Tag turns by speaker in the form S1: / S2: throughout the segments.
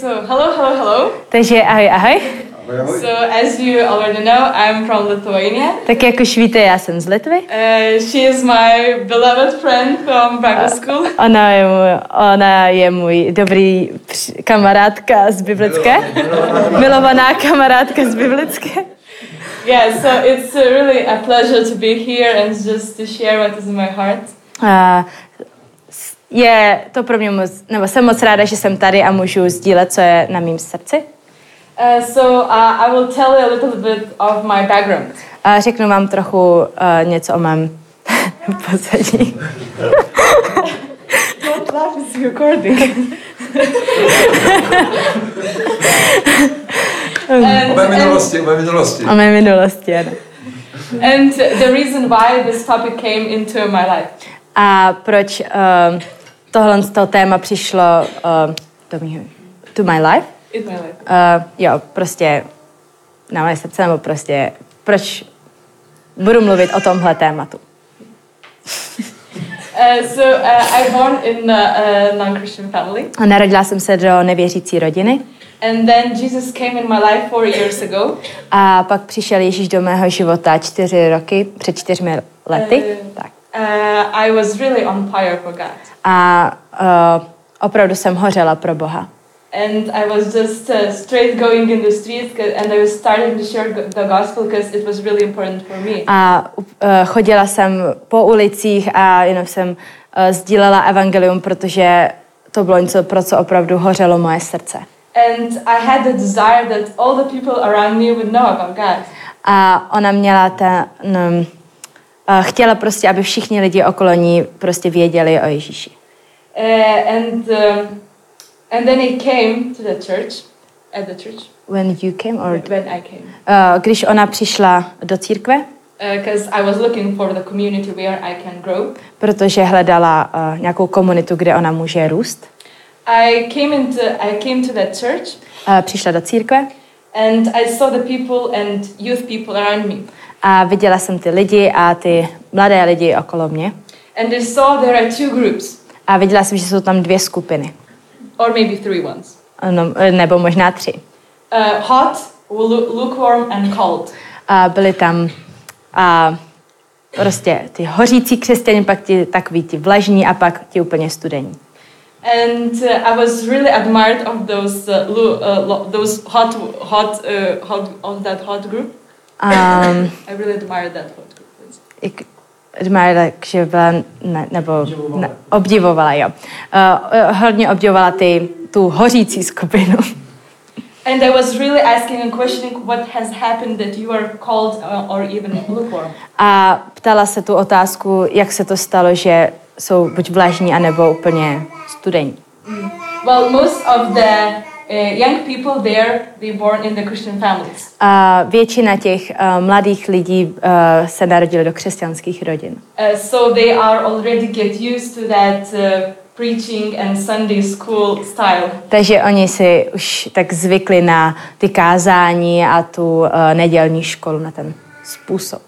S1: so hello, hello, hello.
S2: Takže ahoj, ahoj.
S3: Ahoj, ahoj.
S1: So as you already know, I'm from Lithuania.
S2: Tak jak už víte, já jsem z Litvy.
S1: Uh, she is my beloved friend from Bible school.
S2: Ona je můj, ona je můj dobrý při- kamarádka z biblické. Milovaná kamarádka z biblické.
S1: Yeah, so it's uh, really a pleasure to be here and just to share what is in my heart.
S2: A s- je to pro mě moc, nebo jsem moc ráda, že jsem tady a můžu sdílet, co je na mém srdci.
S1: Uh, so uh, I will tell you a little bit of my background.
S2: A řeknu vám trochu uh, něco o mém pozadí.
S1: Don't laugh, it's recording. and,
S3: O mé
S1: and,
S3: minulosti, o mé minulosti.
S2: O mé minulosti, ano.
S1: and the reason why this topic came into my life.
S2: A proč uh, tohle z toho téma přišlo uh, do mýho, to my life?
S1: In my life.
S2: Uh, jo, prostě na moje srdce, nebo prostě proč budu mluvit o tomhle tématu.
S1: Uh, so uh, I born in a, a non-Christian family,
S2: A Narodila jsem se do nevěřící rodiny
S1: and then Jesus came in my life four years ago.
S2: a pak přišel Ježíš do mého života čtyři roky, před čtyřmi lety.
S1: Eh.
S2: Tak.
S1: Uh, I was really on fire for God,
S2: A uh, opravdu jsem hořela pro Boha.
S1: and I was just uh, straight going in the streets, 'cause- and I was starting to share go- the gospel because it was really important for me.
S2: A uh, chodila jsem po ulicích a jenom jsem uh, sdílela evangelium, protože to bylo něco, pro co opravdu hořelo moje srdce.
S1: And I had the desire that all the people around me would know about God.
S2: A ona měla ten... Um, chtěla prostě, aby všichni lidi okolo ní prostě věděli o Ježíši.
S1: Uh, and um, and then he came to the church, at the church
S2: When you came or...
S1: when I came,
S2: Uh, když ona přišla do církve,
S1: because I was looking for the community where I can grow.
S2: protože hledala uh, nějakou komunitu, kde ona může růst,
S1: I came into I came to that church
S2: uh, přišla do církve
S1: and I saw the people and youth people around me.
S2: a viděla jsem ty lidi a ty mladé lidi okolo mě.
S1: And I saw there are two groups
S2: A viděla jsem, že jsou tam dvě skupiny.
S1: or maybe three ones.
S2: No, nebo možná tři.
S1: Uh, hot, lu- lukewarm and cold.
S2: A byli tam a prostě ty hořící křesťané, pak ti takový ti vlažní a pak ti úplně studení.
S1: And uh, I was really admired of those uh, lu- uh, lo- those hot hot uh, hot of that hot group.
S2: A
S1: I really admired that hot group.
S2: jak Admirala, že byla, ne, nebo ne, obdivovala, jo. Uh, hodně obdivovala ty, tu hořící skupinu.
S1: And I was really asking and questioning what has happened that you are cold uh, or even lukewarm.
S2: A ptala se tu otázku, jak se to stalo, že jsou buď vlažní, anebo úplně studení.
S1: Well, most of the uh, young people there, they born in the Christian families.
S2: A většina těch uh, mladých lidí uh, se narodila do křesťanských rodin.
S1: Uh, so they are already get used to that uh, preaching and Sunday school style.
S2: Takže oni si už tak zvykli na ty kázání a tu uh, nedělní školu, na ten způsob.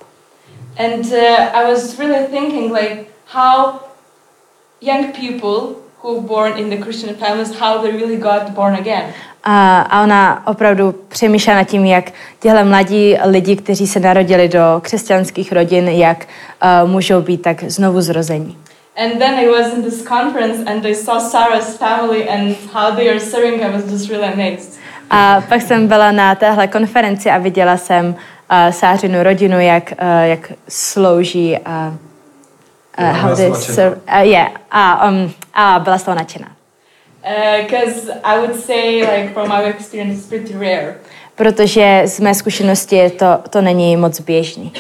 S1: And uh, I was really thinking like how young people who born in the Christian families, how they really got born again.
S2: A, a ona opravdu přemýšlela nad tím, jak těhle mladí lidi, kteří se narodili do křesťanských rodin, jak uh, můžou být tak znovu zrození.
S1: And then I was in this conference and I saw Sarah's family and how they are serving. I was just really amazed.
S2: A pak jsem byla na téhle konferenci a viděla jsem uh, Sářinu rodinu, jak, uh, jak slouží eh, a uh,
S3: Byla
S2: how
S3: byla
S2: they
S3: nadšená.
S2: serve. Uh, yeah, a, um, a byla z toho nadšená.
S1: Because Uh, I would say, like from my experience, it's pretty rare
S2: Protože z mé zkušenosti je to, to není moc běžný.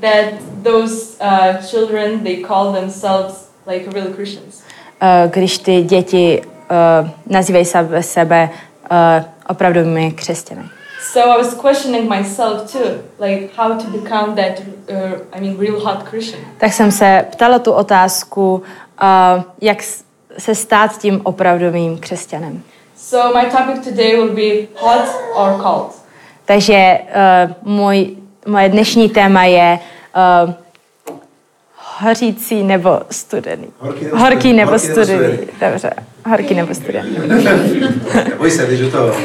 S1: that those uh, children they call themselves like real Christians.
S2: Uh, když ty děti uh, nazývají sebe, sebe uh, opravdovými křesťany.
S1: So I was questioning myself too, like how to become that. Uh, I mean, real hot Christian.
S2: Tak jsem se ptala tu otázku, uh, jak s- se stát tím opravdovým křesťanem.
S1: So my topic today will be hot or cold.
S2: eh, Takže uh, můj, moje dnešní téma je uh, eh, hořící nebo studený.
S3: Horký nebo
S2: Horký
S3: studený.
S2: nebo
S3: Horký nebo
S2: studený. Dobře,
S3: studený.
S2: horký nebo studený.
S3: Neboj se, když u toho.
S1: Uh,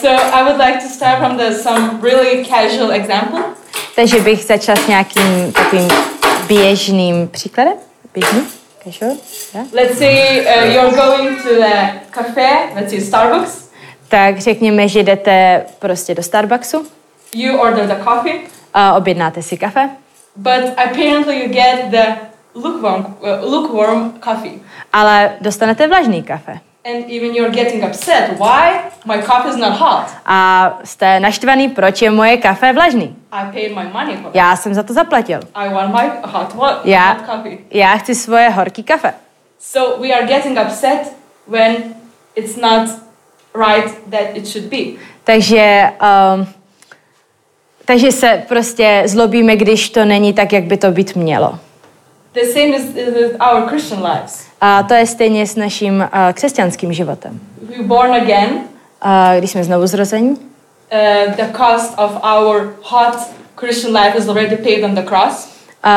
S1: so I would like to start from the some really casual example.
S2: Takže bych začala s nějakým takovým běžným příkladem. Běžný? Casual? Yeah.
S1: Let's say uh, you're going to the cafe, let's say Starbucks.
S2: Tak řekněme, že jdete prostě do Starbucksu
S1: You order the coffee,
S2: a objednáte si kafe,
S1: but apparently you get the lukewarm uh, lukewarm coffee.
S2: ale dostanete vlažný kafe.
S1: And even you're getting upset. Why? My coffee is not hot.
S2: A jste naštvaný, proč je moje kafe vlažný.
S1: I paid my money for it.
S2: Já jsem za to zaplatil.
S1: I want my hot, wa-
S2: Yeah.
S1: hot coffee.
S2: Já chci svoje horký kafe.
S1: So we are getting upset when it's not right that it should be.
S2: Takže, um, takže se prostě zlobíme, když to není tak, jak by to být mělo.
S1: The same is is with our Christian lives.
S2: A to je stejně s naším uh, křesťanským životem.
S1: We're born again.
S2: Uh, když jsme znovu zrození,
S1: Uh, the cost of our hot Christian life is already paid on the cross.
S2: uh,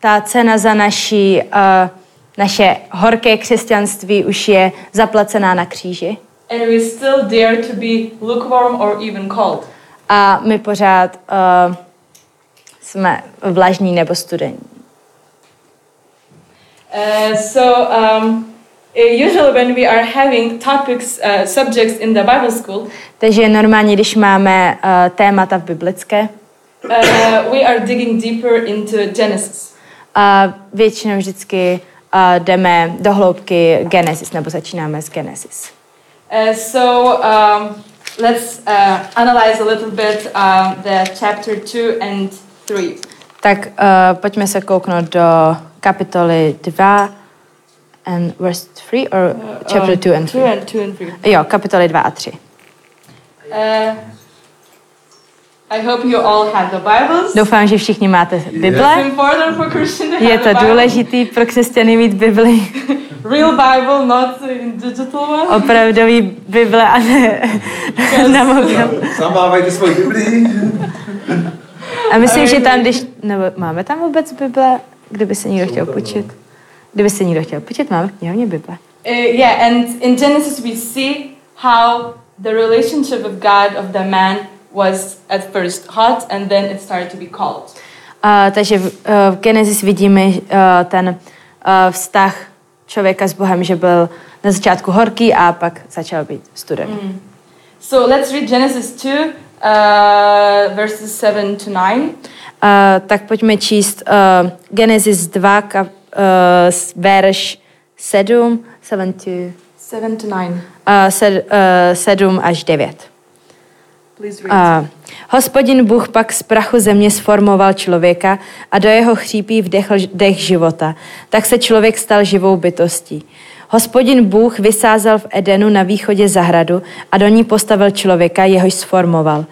S2: ta cena za naši, uh, naše horké křesťanství už je zaplacená na kříži.
S1: And we still dare to be lukewarm or even cold.
S2: A my pořád uh, jsme vlažní nebo studení.
S1: Uh, so um, uh, usually when we are having topics, uh, subjects in the Bible school,
S2: Takže normálně, když máme uh, témata v biblické,
S1: uh, we are digging deeper into Genesis.
S2: A většinou vždycky a jdeme do hloubky Genesis, nebo začínáme s Genesis.
S1: Uh, so um, let's uh, analyze a little bit um, the chapter two and three.
S2: Tak uh, pojďme se kouknout do kapitoly 2 and verse 3, or Uh, chapter 2 and 3.
S1: Oh, Um, Two and two and three.
S2: Jo, kapitoly 2 a 3.
S1: Uh, I hope you all have the Bibles.
S2: Doufám, že všichni máte
S1: It's
S2: Bible.
S1: important for Christian to
S2: Je
S1: have
S2: to
S1: a Bible.
S2: důležitý pro křesťany mít Bibli,
S1: Real Bible, not uh, digital
S2: Oh.
S1: one.
S2: opravdový Bible a ne na mobil.
S3: Sám mávajte svoji Biblii.
S2: A myslím, že tam, když... Nebo máme tam vůbec Bible? Kdyby se někdo chtěl půjčit. Kdyby se někdo chtěl půjčit, máme v knihovně Bible.
S1: Uh, yeah, and in Genesis we see how the relationship of God of the man was at first hot and then it started to be cold.
S2: A, takže v, eh, v Genesis vidíme eh, ten eh, vztah člověka s Bohem, že byl na začátku horký a pak začal být studený. Mm.
S1: So let's read Genesis 2, uh, verses 7 to 9.
S2: tak pojďme číst eh, Genesis 2, kap, eh, s- verš 7, 7, to,
S1: 7 to 9.
S2: eh, sed, eh, 7 až 9.
S1: Please read.
S2: A hospodin Bůh pak z prachu země sformoval člověka a do jeho chřípí vdechl ž- dech života. Tak se člověk stal živou bytostí. Hospodin Bůh vysázel v Edenu na východě zahradu a do ní postavil člověka, jehož sformoval.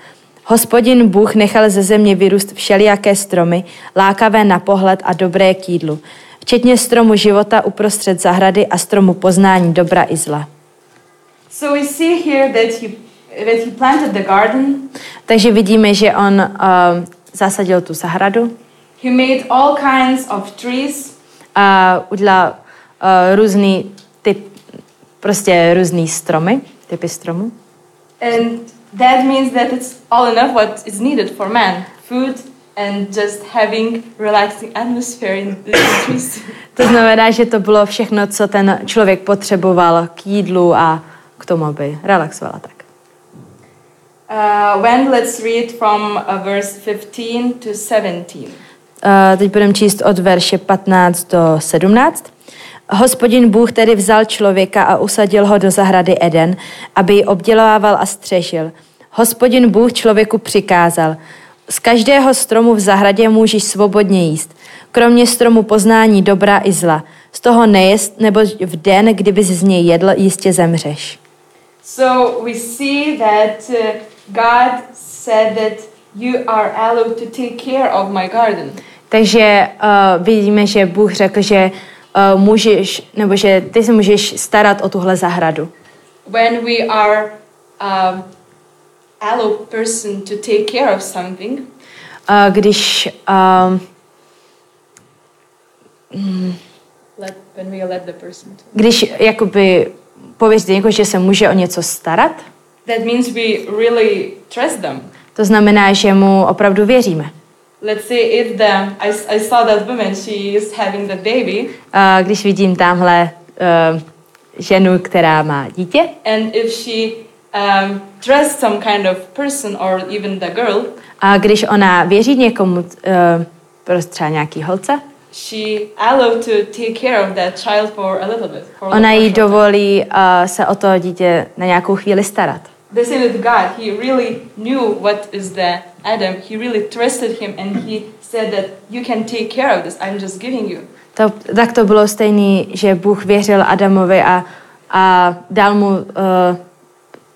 S2: Hospodin Bůh nechal ze země vyrůst všelijaké stromy, lákavé na pohled a dobré k jídlu, včetně stromu života uprostřed zahrady a stromu poznání dobra i zla.
S1: So we see here that he, that he planted the garden,
S2: Takže vidíme, že on uh, zasadil tu zahradu,
S1: he made all kinds of trees,
S2: a udělal uh, různý typ, prostě různý stromy, typy stromů.
S1: and that means that it's all enough what is needed for man food and just having relaxing atmosphere in the trees.
S2: To znamená, že to bylo všechno, co ten člověk potřeboval k jídlu a k tomu, aby relaxovala tak.
S1: Uh, when let's read from uh, verse 15 to 17.
S2: Uh, teď budeme číst od verše 15 do 17. Hospodin Bůh tedy vzal člověka a usadil ho do zahrady Eden, aby ji obdělával a střežil. Hospodin Bůh člověku přikázal, z každého stromu v zahradě můžeš svobodně jíst, kromě stromu poznání dobra i zla. Z toho nejest, nebo v den, kdyby z něj jedl, jistě zemřeš.
S1: So we see that uh, God said that you are allowed to take care of my garden.
S2: Takže uh, vidíme, že Bůh řekl, že uh, můžeš, nebo že ty se můžeš starat o tuhle zahradu.
S1: When we are um, allowed person to take care of something,
S2: A když um,
S1: let, when we let the person to.
S2: Když jakoby pověříte někoho, že se může o něco starat,
S1: That means we really trust them.
S2: to znamená, že mu opravdu věříme.
S1: Let's say if the I, I saw that woman she is having the baby
S2: A Když vidím tamhle eh, ženu, která má dítě,
S1: and if she um, trusts some kind of person or even the girl
S2: a když ona věří někomu, eh, prostě třeba nějaký holce,
S1: she allowed to take care of that child for a little bit. For a
S2: ona
S1: little
S2: jí
S1: short time.
S2: dovolí eh, se o to dítě na nějakou chvíli starat.
S1: The same with God. He really knew what is the Adam. He really trusted him and he said that you can take care of this. I'm just giving you.
S2: To, tak to bylo stejný, že Bůh věřil Adamovi a, a dal mu, uh,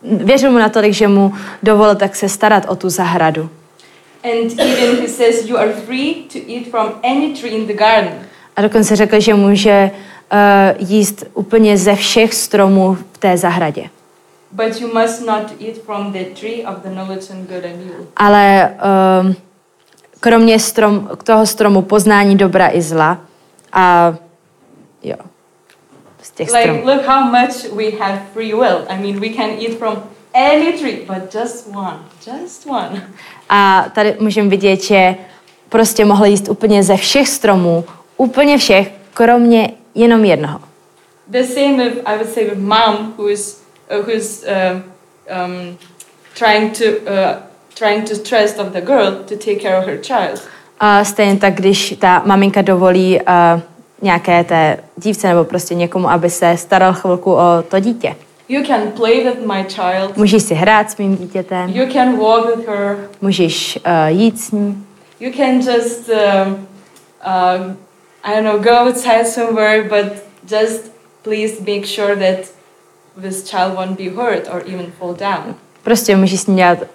S2: věřil mu natolik, že mu dovolil tak se starat o tu zahradu.
S1: And even he says you are free to eat from any tree in the garden.
S2: A dokonce řekl, že může uh, jíst úplně ze všech stromů v té zahradě.
S1: But you must not eat from the tree of the knowledge and good and evil.
S2: Ale uh, kromě strom, k toho stromu poznání dobra i zla a jo, z těch stromů.
S1: Like, look how much we have free will. I mean, we can eat from any tree, but just one. Just one.
S2: A tady můžeme vidět, že prostě mohl jíst úplně ze všech stromů, úplně všech, kromě jenom jednoho.
S1: The same with, I would say, with mom, who is, uh, who's um, um, trying to uh, trying to trust of the girl to take care of her child.
S2: A stejně tak, když ta maminka dovolí uh, nějaké té dívce nebo prostě někomu, aby se staral chvilku o to dítě.
S1: You can play with my child.
S2: Můžeš si hrát s mým dítětem,
S1: You can walk with her.
S2: můžeš uh, jít s ním,
S1: You can just, um, um, I don't know, go outside somewhere, but just please make sure that this child won't be hurt or even fall down.
S2: prostě můžeš s ním dělat uh,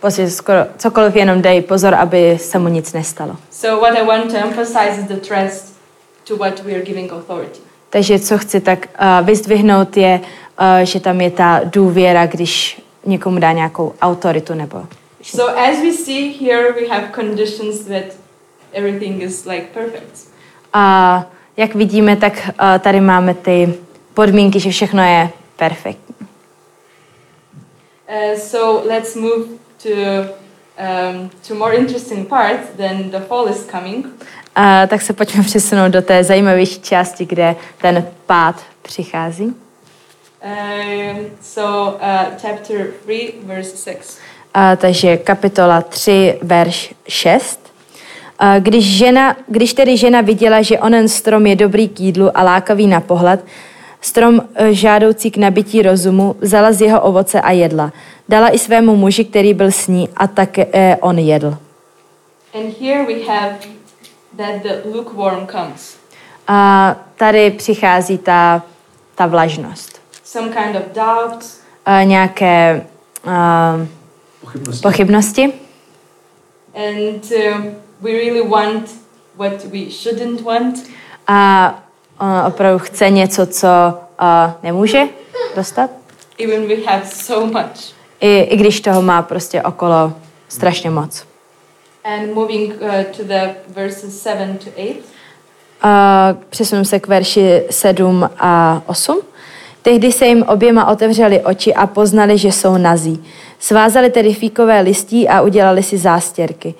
S2: prostě skoro cokoliv, jenom dej pozor, aby se mu nic nestalo.
S1: So what I want to emphasize is the trust to what we are giving authority.
S2: Takže co chci tak uh, vyzdvihnout je, uh, že tam je ta důvěra, když někomu dá nějakou autoritu nebo...
S1: So as we see here, we have conditions that everything is like perfect.
S2: A jak vidíme, tak uh, tady máme ty podmínky, že všechno je perfektní.
S1: Uh, so let's move to um, to more interesting part. Then the fall is coming.
S2: Uh, tak se pojďme přesunout do té zajímavější části, kde ten pád přichází.
S1: Um, so uh, chapter three, verse six.
S2: A, takže kapitola 3, verš 6. A, když, žena, když tedy žena viděla, že onen strom je dobrý k jídlu a lákavý na pohled, strom e, žádoucí k nabití rozumu, vzala z jeho ovoce a jedla. Dala i svému muži, který byl s ní, a také e, on jedl.
S1: And here we have that the lukewarm comes,
S2: A tady přichází ta, ta vlažnost.
S1: some kind of doubt,
S2: A nějaké a,
S3: Pochybnosti.
S2: pochybnosti.
S1: and um, we really want what we shouldn't want.
S2: A ona opravdu chce něco, co a, nemůže dostat.
S1: Even we have so much.
S2: I, I když toho má prostě okolo strašně moc.
S1: And moving uh, to the verses 7 to 8.
S2: A přesunu se k verši 7 a 8. Tehdy se jim oběma otevřeli oči a poznali, že jsou nazí. Svázali tedy fíkové listí a udělali si zástěrky.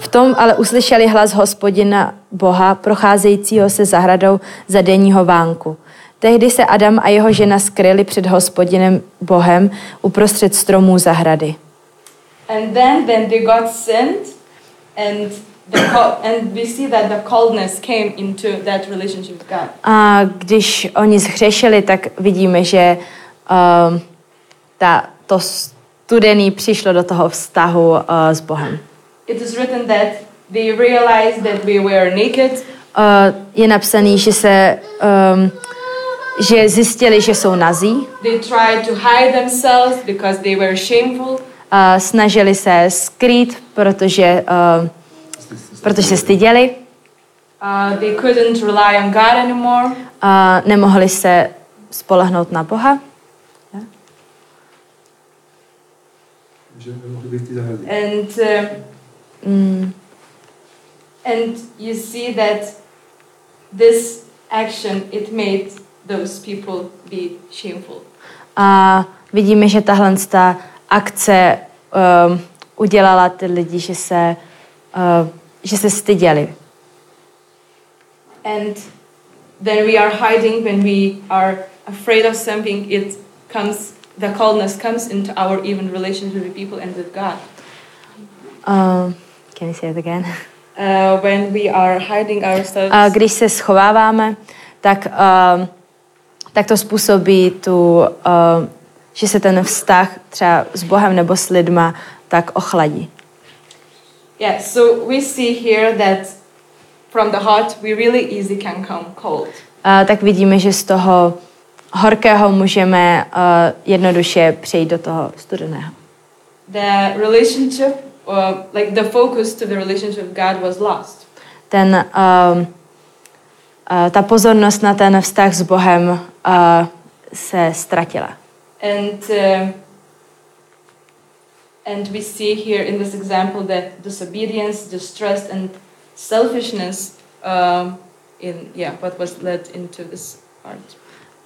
S2: V tom ale uslyšeli hlas hospodina Boha, procházejícího se zahradou za denního vánku. Tehdy se Adam a jeho žena skryli před hospodinem Bohem uprostřed stromů zahrady.
S1: And then, then they got sent, and the co- and we see that the coldness came into that relationship with God.
S2: A když oni zhřešili, tak vidíme, že um, ta, to studený přišlo do toho vztahu uh, s Bohem.
S1: It is written that they realized that we were naked,
S2: Uh, je napsaný, že se um, že zjistili, že jsou nazí,
S1: they tried to hide themselves because they were shameful,
S2: uh, snažili se skrýt, protože, uh, protože se styděli,
S1: uh, they couldn't rely on God anymore,
S2: uh, nemohli se spolehnout na Boha.
S3: Že nemohli být ty zahrady.
S2: Eh,
S1: and uh,
S2: Mm,
S1: and you see that this action it made those people be shameful.
S2: A vidíme, že tahle ta akce um, udělala ty lidi, že se, uh, že se styděli.
S1: And then we are hiding when we are afraid of something. It comes, the coldness comes into our even relationship with people and with God.
S2: Uh, can you say it again?
S1: Uh, when we are hiding ourselves,
S2: A když se schováváme, tak, uh, tak to způsobí tu, uh, že se ten vztah třeba s Bohem nebo s lidma tak ochladí.
S1: yeah. So we see here that from the heart we really easy can come cold.
S2: Uh, tak vidíme, že z toho horkého můžeme uh, jednoduše přejít do toho studeného.
S1: The relationship, uh, like the focus to the relationship with God, was lost.
S2: Ten, uh, uh, ta pozornost na ten vztah s Bohem uh, se ztratila.
S1: And uh, and we see here in this example that disobedience, distrust, and selfishness um, in yeah what was led into this art.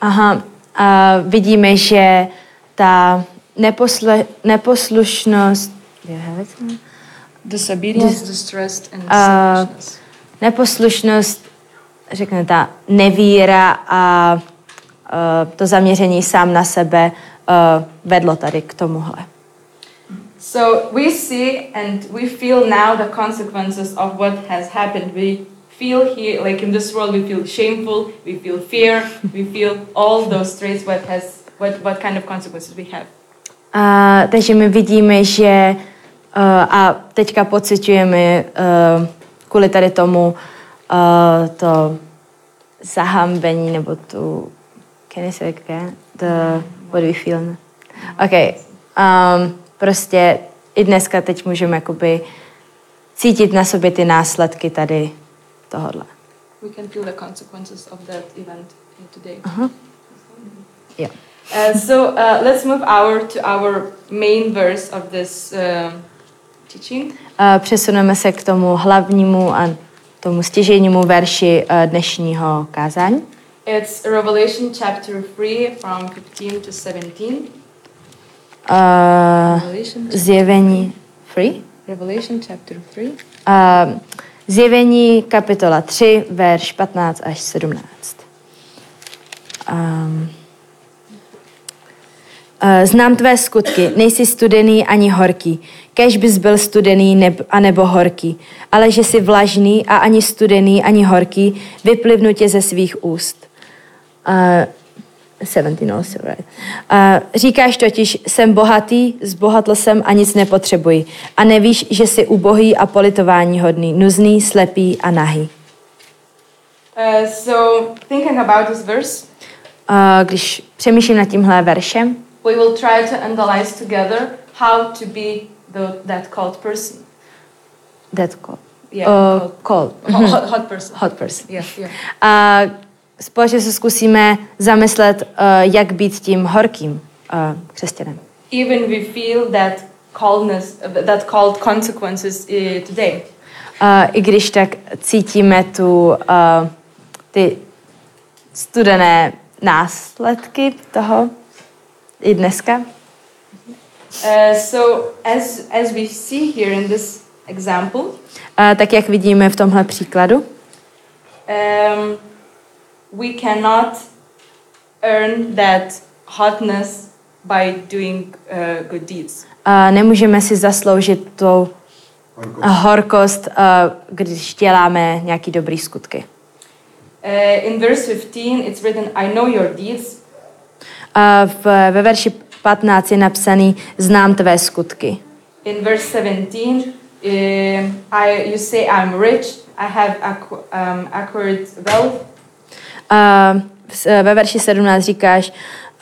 S2: Aha, a vidíme, že ta neposle, neposlušnost, do you have it?
S1: Disobedience, distrust, and
S2: Uh,
S1: selfishness.
S2: neposlušnost, řekne ta nevíra a, a eh, to zaměření sám na sebe a, vedlo tady k tomuhle.
S1: So we see and we feel now the consequences of what has happened. We feel here, like in this world, we feel shameful, we feel fear, we feel all those traits. What has what what kind of consequences we have?
S2: A, takže my vidíme, že a, a teďka pociťujeme a, kvůli tady tomu a, to zahambení nebo tu can I say it again? The, what do we feel? now? OK. Um, prostě i dneska teď můžeme jakoby cítit na sobě ty následky tady tohodle.
S1: We can feel the consequences of that event here today.
S2: Aha. Jo.
S1: Uh, so uh, let's move our to our main verse of this um, teaching.
S2: A přesuneme se k tomu hlavnímu a tomu stěžejnímu verši eh, dnešního kázání.
S1: It's Revelation chapter three, from fifteen to seventeen.
S2: Uh,
S1: Revelation,
S2: zjevení free?
S1: Revelation chapter three.
S2: Uh, zjevení kapitola 3, verš 15 až 17. Um, Eh, Znám tvé skutky, nejsi studený ani horký. Kež bys byl studený neb- a nebo horký, ale že jsi vlažný a ani studený, ani horký, vyplivnu tě ze svých úst. Eh, 17 also, right. Eh, říkáš totiž, jsem bohatý, zbohatl jsem a nic nepotřebuji. A nevíš, že jsi ubohý a politování hodný, nuzný, slepý a nahý.
S1: Uh, so, thinking about this verse,
S2: Eh, když přemýšlím nad tímhle veršem,
S1: we will try to analyze together how to be the, that cold person.
S2: that's cold.
S1: Yeah,
S2: Eh,
S1: cold.
S2: cold.
S1: Hot, hot, hot person.
S2: Hot person.
S1: Yeah, yeah.
S2: A společně se zkusíme zamyslet, eh, jak být tím horkým eh, křesťanem.
S1: Even we feel that coldness, uh, that cold consequences uh, today.
S2: Eh, I když tak cítíme tu, eh, ty studené následky toho i dneska.
S1: Uh, so, as, as we see here in this example,
S2: Eh, Tak jak vidíme v tomhle příkladu,
S1: um, we cannot earn that hotness by doing uh, good deeds.
S2: eh, nemůžeme si zasloužit tu
S3: Marko.
S2: horkost, eh, když děláme nějaký dobrý skutky.
S1: Uh, in verse 15, it's written, I know your deeds,
S2: Eh, v- Ve verši 15 je napsaný Znám tvé skutky.
S1: In verse 17, um, I, you say, I'm rich, I have acqu- um, acquired wealth,
S2: A v- s- ve verši 17 říkáš,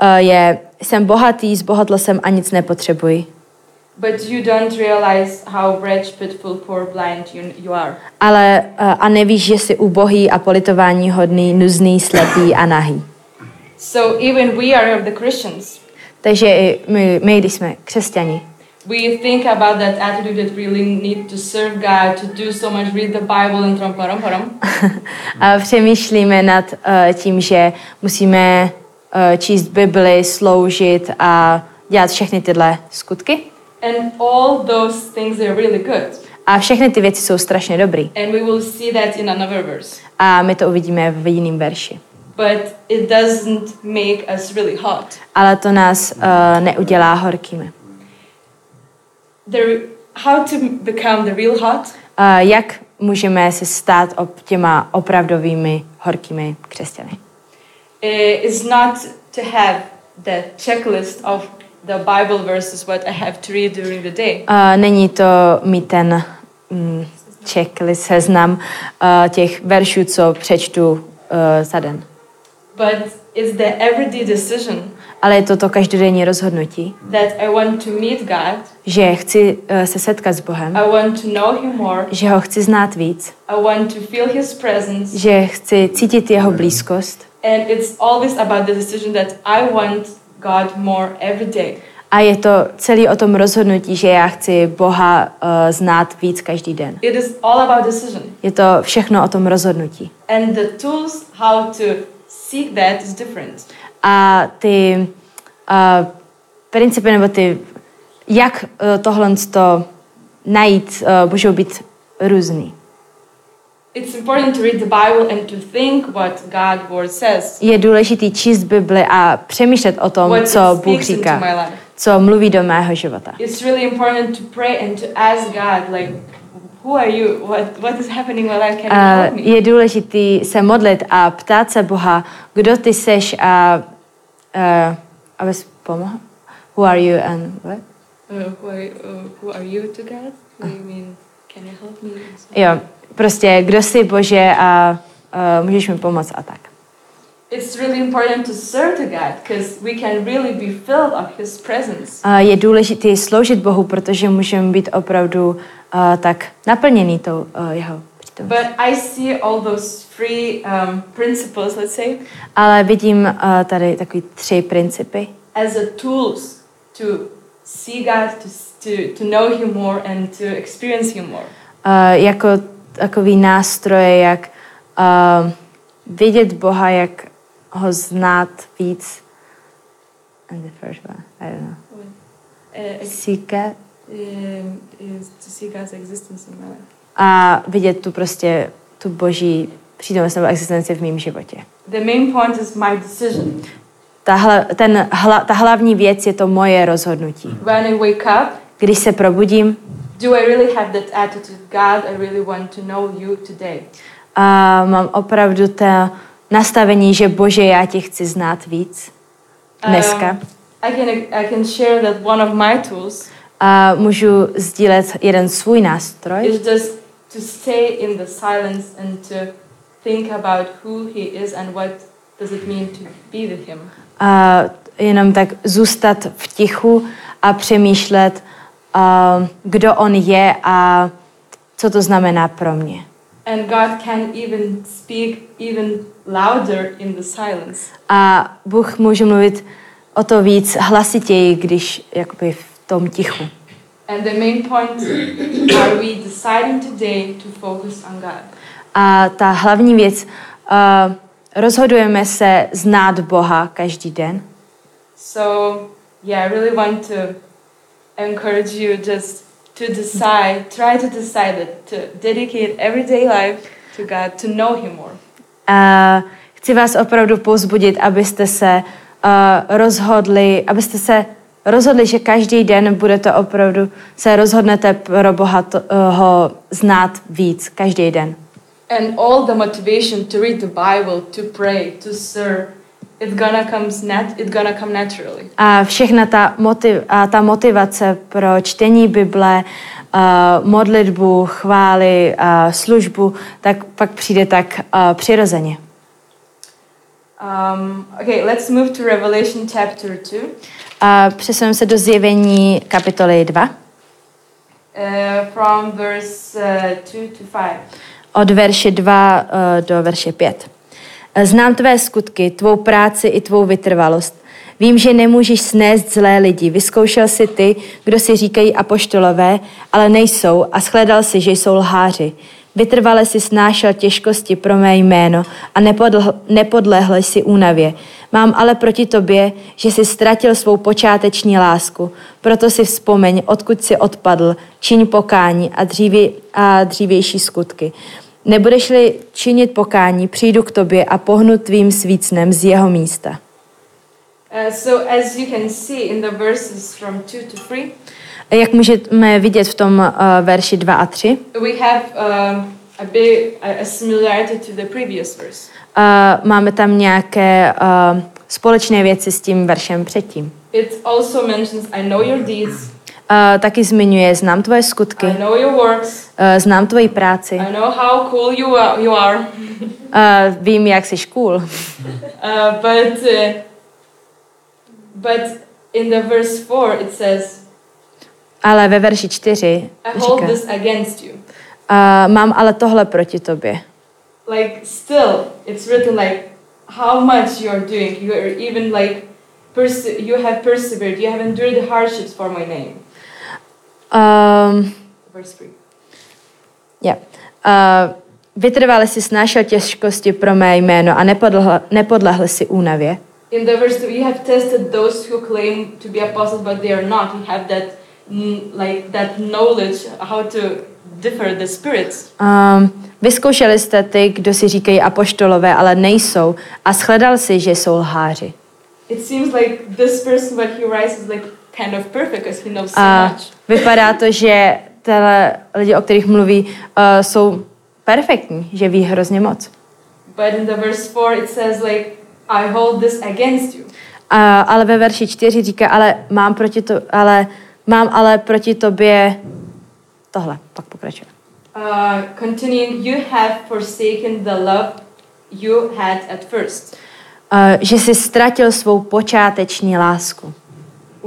S2: eh, je, jsem bohatý, zbohatl jsem a nic nepotřebuji.
S1: but you don't realize how wretched, pitiful, poor, blind you, you are.
S2: Ale eh, a nevíš, že jsi ubohý a politování hodný, nuzný, slepý a nahý.
S1: So even we are the Christians.
S2: Takže i my, my, když jsme křesťani,
S1: we think about that attitude that really need to serve God, to do so much, read the Bible and trom param param.
S2: A přemýšlíme nad eh, tím, že musíme eh, číst Bibli, sloužit a dělat všechny tyhle skutky.
S1: And all those things are really good.
S2: A všechny ty věci jsou strašně dobrý.
S1: And we will see that in another verse.
S2: A my to uvidíme v jiném verši.
S1: But it doesn't make us really hot.
S2: Ale to nás eh, neudělá horkými.
S1: The, how to become the real hot?
S2: Eh, Jak můžeme se stát ob těma opravdovými horkými křesťany?
S1: eh, is not to have the checklist of the Bible verses what I have to read during the day.
S2: Eh, Není to mít ten mm, checklist, seznam eh, těch veršů, co přečtu eh, za den.
S1: But it's the everyday decision
S2: Ale je to to každodenní rozhodnutí,
S1: that I want to meet God,
S2: že chci eh, se setkat s Bohem,
S1: I want to know Him more,
S2: že ho chci znát víc,
S1: I want to feel His presence,
S2: že chci cítit jeho blízkost.
S1: and it's always about the decision that I want God more every day.
S2: A je to celý o tom rozhodnutí, že já chci Boha eh, znát víc každý den.
S1: It is all about decision.
S2: Je to všechno o tom rozhodnutí.
S1: And the tools how to seek that is different.
S2: A ty uh, principy, nebo ty, jak uh, tohle to najít, uh, můžou být různý.
S1: It's important to read the Bible and to think what God word says.
S2: Je důležitý číst Bibli a přemýšlet o tom,
S1: what it
S2: co Bůh
S1: speaks into my
S2: říká,
S1: life.
S2: co mluví do mého života.
S1: It's really important to pray and to ask God, like, who are you? What what is happening in my life? Can you help
S2: Uh,
S1: me?
S2: je důležitý se modlit a ptát se Boha, kdo ty seš a uh, abys pomohl. Who are you and what?
S1: Uh, who, are, uh, who are you to God? What do you mean? Can you help me?
S2: Jo, prostě kdo jsi Bože a uh, můžeš mi pomoct a tak.
S1: It's really important to serve to God because we can really be filled of His presence.
S2: A je důležité sloužit Bohu, protože můžeme být opravdu uh, tak naplněný tou uh, jeho přítomností.
S1: But I see all those three um, principles, let's say,
S2: Ale vidím uh, tady takový tři principy.
S1: as a tools to see God, to, s- to, to know Him more, and to experience Him more.
S2: Uh, jako takový nástroje, jak uh, vidět Boha, jak ho znát víc. And the first one, I don't know.
S1: Uh,
S2: Seeker.
S1: um, is to see God's existence in my life.
S2: A vidět tu prostě, tu boží přítomnost nebo existenci v mém životě.
S1: The main point is my decision.
S2: Ta, hla, ten, hla, ta hlavní věc je to moje rozhodnutí.
S1: When I wake up,
S2: Když se probudím,
S1: do I really have that attitude? God, I really want to know you today.
S2: a mám opravdu to nastavení, že bože, já tě chci znát víc dneska.
S1: Um, I can I can share that one of my tools
S2: A můžu sdílet jeden svůj nástroj
S1: is just to stay in the silence and to think about who He is and what does it mean to be with Him.
S2: a jenom tak zůstat v tichu a přemýšlet, a kdo on je a co to znamená pro mě.
S1: And God can even speak even louder in the silence.
S2: A Bůh může mluvit o to víc hlasitěji, když jakoby v tom tichu.
S1: And the main point are we deciding today to focus on God.
S2: A ta hlavní věc, uh, rozhodujeme se znát Boha každý den.
S1: So yeah, I really want to encourage you just to decide, try to decide that to dedicate everyday life to God, to know Him more.
S2: A Eh, chci vás opravdu povzbudit, abyste se uh, rozhodli, abyste se rozhodli, že každý den budete opravdu, se rozhodnete pro Boha to, uh, ho znát víc, každý den.
S1: And all the motivation to read the Bible, to pray, to serve, it's gonna come nat- it's gonna come naturally.
S2: A všechna ta, motiv, a ta motivace pro čtení Bible, uh, modlitbu, chvály, uh, službu, tak pak přijde tak uh, přirozeně.
S1: Um, okay, let's move to Revelation chapter two,
S2: A přesuneme se do zjevení kapitoly 2
S1: uh, from verse uh, two to five.
S2: od verše 2 eh, do verše 5. Znám tvé skutky, tvou práci i tvou vytrvalost, Vím, že nemůžeš snést zlé lidi. Vyzkoušel si ty, kdo si říkají apoštolové, ale nejsou a shledal si, že jsou lháři. Vytrvale si snášel těžkosti pro mé jméno a nepodl, nepodlehl si únavě. Mám ale proti tobě, že jsi ztratil svou počáteční lásku. Proto si vzpomeň, odkud jsi odpadl, čiň pokání a, dříve, a dřívější skutky. Nebudeš-li činit pokání, přijdu k tobě a pohnu tvým svícnem z jeho místa.
S1: Uh, so as you can see in the verses from 2 to 3,
S2: Jak můžeme vidět v tom eh, verši 2 a 3,
S1: we have um, a big a a similarity to the previous verse
S2: eh, máme tam nějaké eh, společné věci s tím veršem předtím.
S1: it also mentions i know your deeds
S2: Eh, Taky zmiňuje, znám tvoje skutky,
S1: i know your works
S2: eh, znám tvoji práci,
S1: i know how cool you are, you are.
S2: eh, vím, jak jsi cool.
S1: Uh, but uh, but in the verse 4 it says
S2: Ale ve verši 4
S1: i hold
S2: říká,
S1: this against you
S2: eh, mám ale tohle proti tobě.
S1: like still it's written like how much you're doing you're even like perse- you have persevered you have endured the hardships for my name
S2: Ehm,
S1: verse 3
S2: Yeah. Uh, vytrvale si snášel těžkosti pro mé jméno a nepodlehl, nepodlehl si únavě.
S1: in the verse 2 you have tested those who claim to be apostles but they are not you have that mm, like that knowledge how to differ the spirits
S2: Um, vyzkoušeli jste ty, kdo si říkají apoštolové, ale nejsou a shledal si, že jsou lháři.
S1: it seems like this person when he writes is like kind of perfect because he knows so
S2: A
S1: much
S2: vypadá to, že tyhle lidi, o kterých mluví, uh, jsou perfektní, že ví hrozně moc.
S1: but in the verse 4 it says like i hold this against you
S2: Uh, ale ve verši 4 říká, ale mám, proti to, ale mám ale proti tobě tohle. Pak pokračuje.
S1: Uh, continuing, you have forsaken the love you had at first.
S2: Eh, že si ztratil svou počáteční lásku.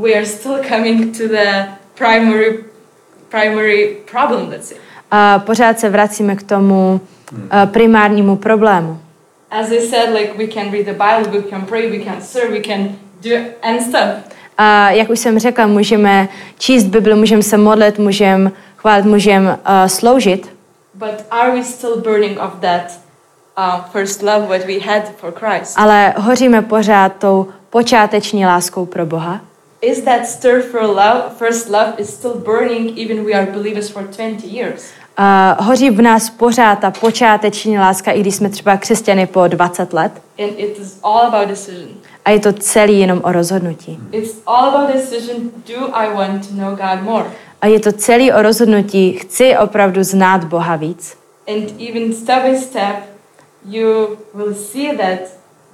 S1: We are still coming to the primary primary problem, let's say.
S2: A pořád se vracíme k tomu eh, primárnímu problému.
S1: As I said, like we can read the Bible, we can pray, we can serve, we can do and stuff.
S2: A jak už jsem řekla, můžeme číst Bibli, můžeme se modlit, můžeme chválit, můžeme eh, sloužit,
S1: But are we still burning of that uh, first love what we had for Christ?
S2: ale hoříme pořád tou počáteční láskou pro Boha.
S1: Is that stir for love, first love, is still burning even we are believers for 20 years?
S2: A hoří v nás pořád ta počáteční láska, i když jsme třeba křesťany po 20 let.
S1: And it is all about decision.
S2: A je to celý jenom o rozhodnutí.
S1: It's all about decision. Do I want to know God more?
S2: A je to celý o rozhodnutí, chci opravdu znát Boha víc.
S1: And even step by step, you will see that,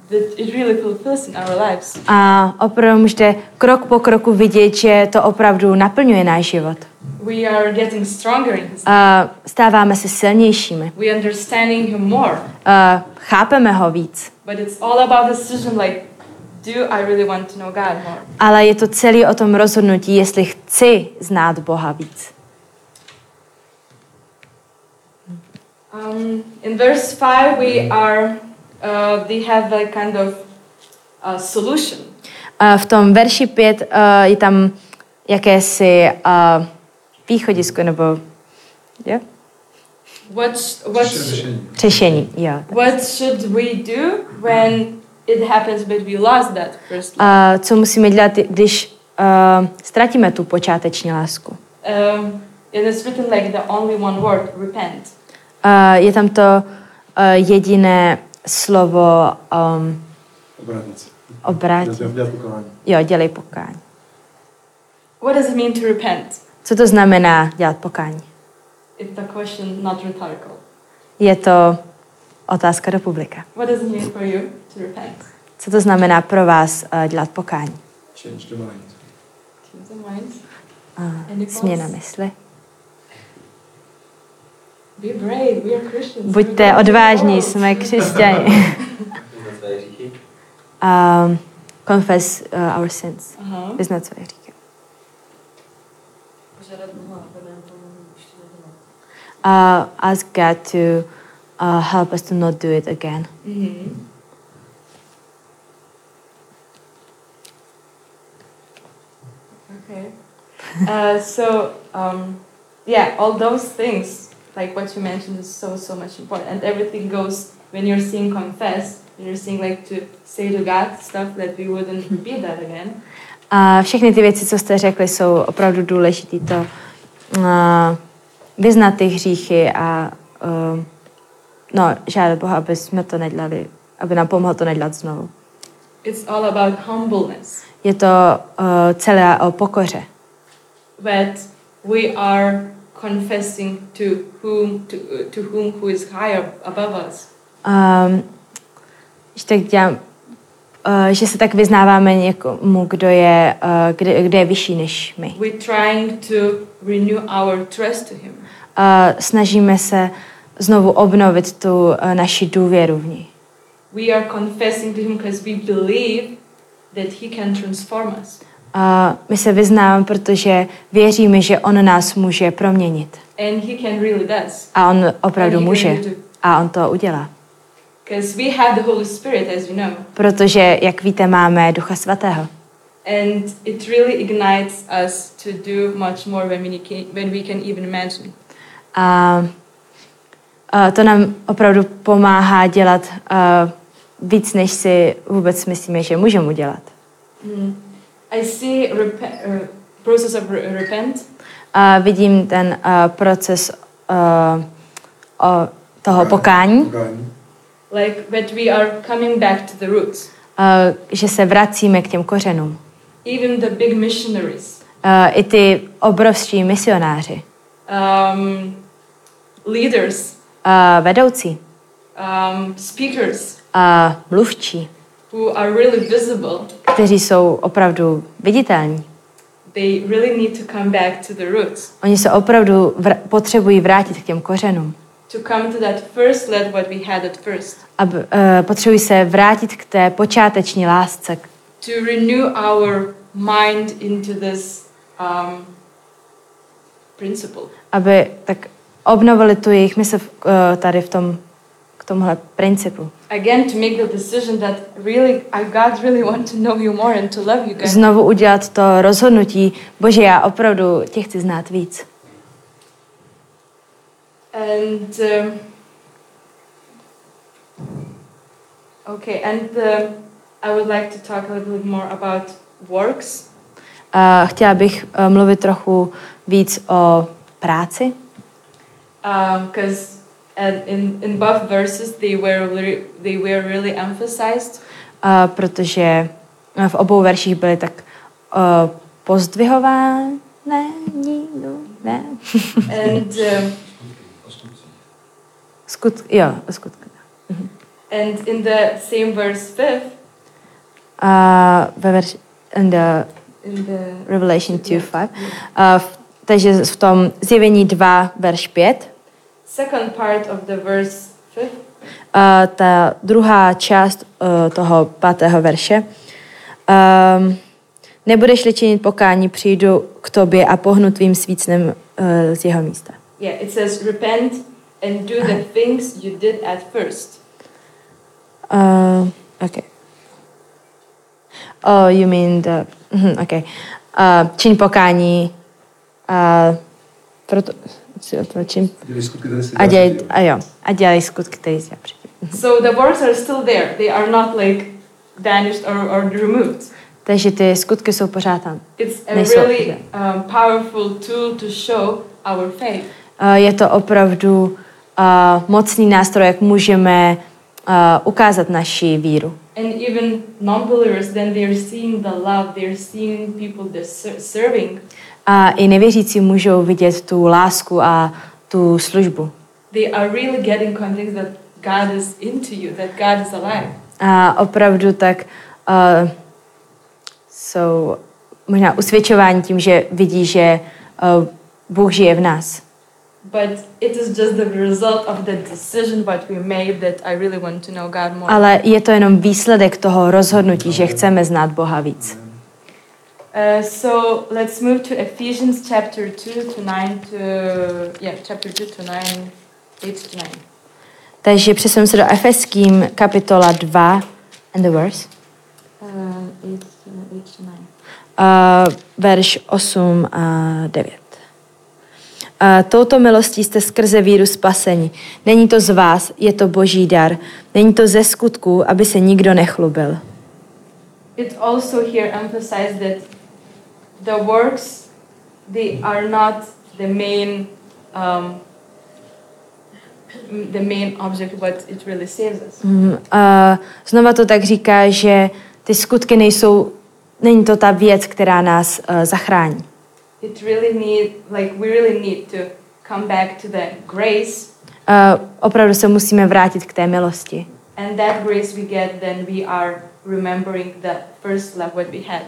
S1: that it really fulfills in our lives.
S2: A opravdu můžete krok po kroku vidět, že to opravdu naplňuje náš život.
S1: We are getting stronger in His.
S2: A stáváme se silnějšími,
S1: We understanding Him more.
S2: a chápeme ho víc,
S1: But it's all about decision. Like, do I really want to know God more?
S2: ale je to celý o tom rozhodnutí, jestli chci znát Boha víc.
S1: Um, in verse five, we are. Uh, they have like kind of uh, solution.
S2: A v tom verši 5 a, je tam jakési a, východisko nebo jo?
S1: What sh- what
S3: Řešení,
S1: sh-
S3: řešení.
S2: řešení. Jo.
S1: What should we do when it happens but we lost that first love?
S2: A Eh, co musíme dělat, když a, ztratíme tu počáteční lásku?
S1: Um, and it's written like the only one word, repent.
S2: Uh, je tam to uh, jediné slovo um,
S3: Obrátit se.
S2: obrátit.
S3: Dělat- Dělat pokování.
S2: Jo, dělej pokání.
S1: What does it mean to repent?
S2: Co to znamená dělat pokání?
S1: It's a question, not rhetorical.
S2: Je to otázka do publika.
S1: What does it mean for you to repent?
S2: Co to znamená pro vás uh, dělat pokání?
S3: Change the mind.
S1: Keep in mind,
S2: Uh, změna mysli.
S1: be brave, we are Christians. Oh.
S2: Buďte
S1: We're going to the
S2: odvážní,
S1: world.
S2: jsme křesťani.
S4: Za své hříchy.
S2: um, confess uh, our sins.
S1: Aha.
S2: Vyznat své hříchy.
S5: Požádat Boha, aby nám pomohl ještě nedělat.
S2: Uh, ask God to uh, help us to not
S1: Mm-hmm.
S2: do it again.
S1: Mhm. uh, so um, yeah, all those things, like what you mentioned, is so so much important, and everything goes when you're seeing confess, when you're seeing like to say to God stuff that we wouldn't repeat that again.
S2: A všechny ty věci, co jste řekli, jsou opravdu důležité. To a, vyznat ty hříchy a uh, no, žádat Boha, aby jsme to nedělali, aby nám pomohl to nedělat znovu.
S1: It's all about humbleness,
S2: Je to uh, celé o pokoře.
S1: that we are confessing to whom to, uh, to whom who is higher above us.
S2: Um, že tak dělám, uh, že se tak vyznáváme někomu, kdo je, uh, kde, kde je vyšší než my.
S1: We're trying to renew our trust to Him.
S2: Uh, snažíme se znovu obnovit tu uh, naši důvěru v ní.
S1: We are confessing to Him because we believe that He can transform us.
S2: Uh, my se vyznáváme, protože věříme, že on nás může proměnit.
S1: And He can really does.
S2: A on opravdu
S1: And he
S2: může.
S1: really do.
S2: A on to udělá.
S1: Because we have the Holy Spirit, as you know.
S2: Protože, jak víte, máme Ducha Svatého.
S1: And it really ignites us to do much more when we can, when we can even imagine.
S2: A, a to nám opravdu pomáhá dělat a, víc, než si vůbec myslíme, že můžeme udělat.
S1: Mm. I see repe- uh, process of re- repent
S2: A vidím ten a, proces a, o, toho pokání,
S3: Pokání.
S1: like that we are coming back to the roots.
S2: a, že se vracíme k těm kořenům.
S1: Even the big missionaries,
S2: A, I ty obrovští misionáři,
S1: um, leaders,
S2: a, vedoucí,
S1: um, speakers
S2: a, mluvčí,
S1: who are really visible,
S2: kteří jsou opravdu viditelní.
S1: they really need to come back to the roots,
S2: Oni se opravdu vr- potřebují vrátit k těm kořenům.
S1: to come to that first love what we had at first.
S2: Aby, uh, potřebují se vrátit k té počáteční lásce, k-
S1: to renew our mind into this um, principle.
S2: aby tak obnovili tu jejich mysl v- eh, tady v tom, k tomhle principu.
S1: Again, to make the decision that really, I God really want to know you more and to love you guys.
S2: Znovu udělat to rozhodnutí, bože, já opravdu tě chci znát víc.
S1: And um, okay, and um, I would like to talk a little bit more about works.
S2: A chtěla bych eh, mluvit trochu víc o práci,
S1: Because um, in, in both verses, they were, re- they were really emphasized.
S2: eh, protože eh, v obou verších byly tak eh, pozdvihovány, no, ne,
S1: And um,
S2: skut, jo, skutky.
S1: And in the same verse fifth,
S2: Uh, ve verš, in the
S1: in the
S2: Revelation 2.5. Uh, v- takže v tom zjevení 2, verš 5.
S1: second part of the verse fifth,
S2: Uh, ta druhá část uh, toho pátého verše. Um, Nebudeš-li činit pokání, přijdu k tobě a pohnu tvým svícnem uh, z jeho místa.
S1: yeah, it says, Repent and do the things you did at first.
S2: Uh, okay. Oh, you mean the... mhm, okay. Uh, čin pokání. Uh, proto, co to, čin
S3: Dělej skutky, které se
S2: A, dělej, a jo, a dělej skutky, který jsi dělal předtím.
S1: So the works are still there. They are not like vanished or, or removed.
S2: Takže ty skutky jsou pořád tam.
S1: It's a
S2: Nice
S1: really
S2: one,
S1: um, powerful tool to show our faith.
S2: A Eh, Je to opravdu a, mocný nástroj, jak můžeme a, ukázat naši víru.
S1: And even non believers, then they're seeing the love, they're seeing people they're ser- serving.
S2: A i nevěřící můžou vidět tu lásku a tu službu.
S1: They are really getting convinced that God is into you, that God is alive.
S2: A opravdu tak uh, jsou možná usvědčování tím, že vidí, že uh, Bůh žije v nás.
S1: But it is just the result of the decision what we made that I really want to know God more.
S2: Ale je to jenom výsledek toho rozhodnutí, že chceme znát Boha víc.
S1: Uh, so let's move to Ephesians chapter 2 to 9 to yeah, chapter 2 to 9 8 to 9.
S2: Takže přesuneme se do Efeským kapitola 2 and the verse.
S1: Uh, 8 to 8 to 9.
S2: a verš 8 a 9. A touto milostí jste skrze víru spaseni. Není to z vás, je to boží dar. Není to ze skutků, aby se nikdo nechlubil.
S5: It also here emphasized that the works they are not the main um, the main object what it really saves us.
S2: Mm, A znova to tak říká, že ty skutky nejsou, není to ta věc, která nás eh, zachrání.
S5: It really need like we really need to come back to the grace
S2: A opravdu se musíme vrátit k té milosti.
S5: and that grace we get then we are remembering the first love what we had